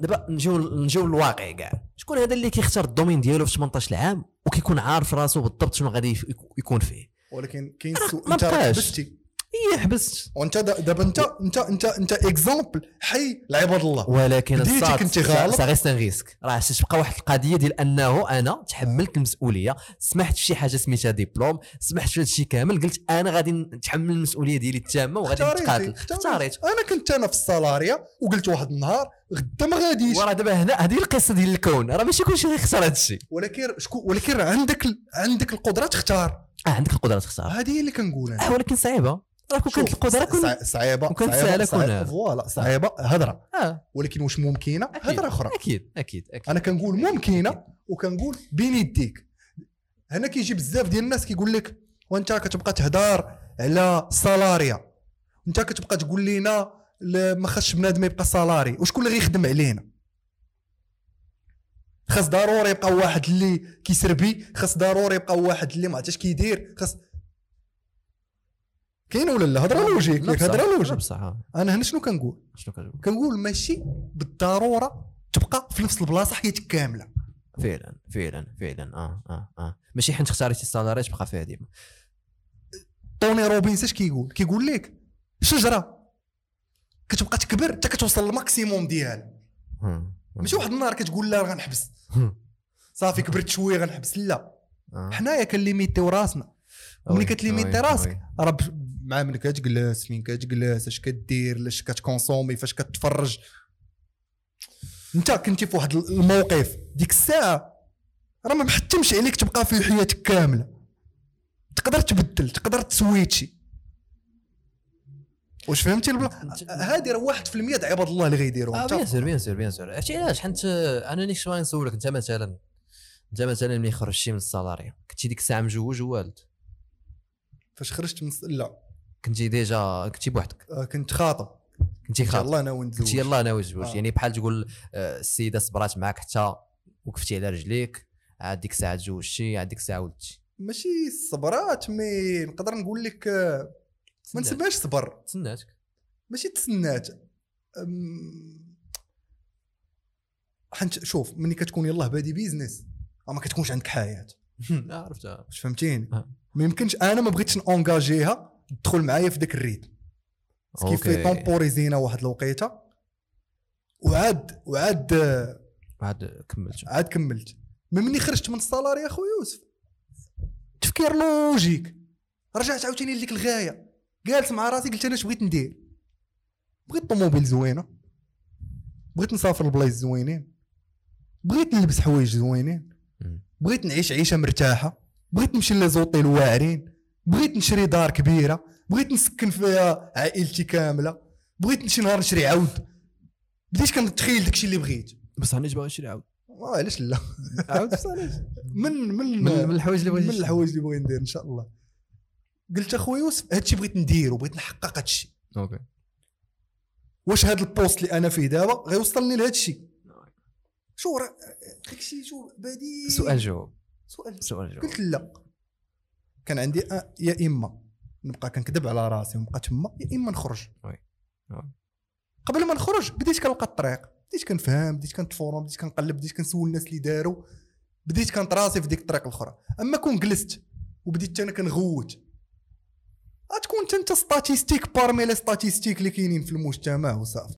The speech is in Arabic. دابا نجيو نجيو للواقع كاع شكون هذا اللي كيختار الدومين ديالو في 18 عام وكيكون عارف راسو بالضبط شنو غادي يف- يكون فيه ولكن كاين راه سو ما انت بقاش. حبستي إيه، ايه حبست وانت دا- دابا انت انت انت انت اكزامبل حي لعباد الله ولكن بديتي الصاد كنتي غالط. سا غيست ان ريسك راه تبقى واحد القضيه ديال انه انا تحملت المسؤوليه سمحت في شي حاجه سميتها ديبلوم سمحت في هادشي كامل قلت انا غادي نتحمل المسؤوليه ديالي التامه وغادي اختاريتي، نتقاتل اختاريتي. اختاريت انا كنت انا في الصلاريه وقلت واحد النهار غدا ما غاديش وراه دابا هنا هذه القصه ديال الكون راه ماشي كلشي غيختار هادشي ولكن شكون ولكن عندك ال- عندك القدره تختار اه عندك القدره تختار هذه هي اللي كنقول انا اه ولكن صعيبه راه كون كانت شوف، القدره كون صع- صعيبه وكانت صعيبة- سهلة صعيبة- كنا. فوالا صعيبه هضره اه ولكن واش ممكنه أكيد. هضره اخرى اكيد اكيد اكيد انا كنقول ممكنه وكنقول بين يديك هنا كيجي بزاف ديال الناس كيقول لك وانت كتبقى تهدر على الصلاريه انت كتبقى تقول لنا لا- ما خاصش بنادم يبقى صلاري وشكون اللي غيخدم علينا خاص ضروري يبقى واحد اللي كيسربي خاص ضروري يبقى واحد اللي ما عرفتش كيدير خاص كاين ولا لا هضره لوجيك لا ياك بصح، لا هضره لوجيك بصح آه. انا هنا شنو كنقول شنو كنقول كنقول ماشي بالضروره تبقى في نفس البلاصه حياتك كامله فعلا فعلا فعلا اه اه اه ماشي حين اختاريتي الصداره تبقى فيها ديما توني روبينز اش كيقول كيقول لك شجره كتبقى تكبر حتى كتوصل للماكسيموم ديالها هم. ماشي واحد النهار كتقول لا راه غنحبس هم. صافي كبرت شويه غنحبس لا آه. حنايا كنليميتيو راسنا وي، ملي كتليميتي وي، راسك. وي. راه ب- مع من كتجلس فين كتجلس اش كدير اش كتكونسومي فاش كتفرج انت كنتي في واحد الموقف ديك الساعه راه ما محتمش عليك تبقى في حياتك كامله تقدر تبدل تقدر تسويتشي واش فهمتي البلا هذه راه 1% د عباد الله اللي غيديروها اه أنت بيان سور بيان سور بيان سور عرفتي علاش حنت آه، انا نيك شويه نسولك انت مثلا انت مثلا ملي خرجتي من الصالاري كنتي ديك الساعه مجوج ووالد فاش خرجت من الس- لا كنتي ديجا كنتي بوحدك آه، كنت خاطب كنتي إن شاء خاطب الله ناوي قلت نتزوج يلا انا وجوج آه. يعني بحال تقول آه، السيده صبرات معك حتى وقفتي على رجليك عاد ديك الساعه تزوجتي عاد ديك الساعه ولدتي ماشي صبرات مي نقدر نقول لك آه، ما تسنات- نسميهاش صبر تسناتك ماشي تسنات أم، حنت شوف ملي كتكون يلاه بادي بيزنس راه ما كتكونش عندك حياه آه، عرفتها واش فهمتيني آه. ما يمكنش انا ما بغيتش نونجاجيها تدخل معايا في ذاك الريتم كيف أوكي. طومبوريزينا واحد الوقيته وعاد وعاد آه، عاد كملت عاد كملت من ملي خرجت من الصالار يا اخو يوسف تفكير لوجيك رجعت عاوتاني لديك الغايه جالس مع راسي قلت انا اش بغيت ندير بغيت طوموبيل زوينه بغيت نسافر لبلايص زوينين بغيت نلبس حوايج زوينين مم. بغيت نعيش عيشه مرتاحه بغيت نمشي لزوطيل واعرين بغيت نشري دار كبيره بغيت نسكن فيها عائلتي كامله بغيت نمشي نهار نشري عود بديت كنتخيل داكشي اللي بغيت بس انا باغي نشري عاود آه، علاش لا عاود بس علاش من من من من الحوايج اللي من بغيت نشري. الحوايج اللي بغي ندير ان شاء الله قلت اخويا يوسف هادشي بغيت نديرو بغيت نحقق هادشي اوكي واش هاد البوست اللي انا فيه دابا غيوصلني لهادشي شو راه داكشي شو بديل سؤال جواب سؤال سؤال جواب قلت لا كان عندي أ- يا اما نبقى كنكذب على راسي ونبقى تما يا اما نخرج وي. وي. قبل ما نخرج بديت كنلقى الطريق بديت كنفهم بديت كنتفورم بديت كنقلب بديت كنسول الناس اللي داروا بديت كنتراسي في ديك الطريق الاخرى اما كون جلست وبديت انا كنغوت غتكون انت ستاتيستيك بارمي لي ستاتيستيك اللي كاينين في المجتمع وصافي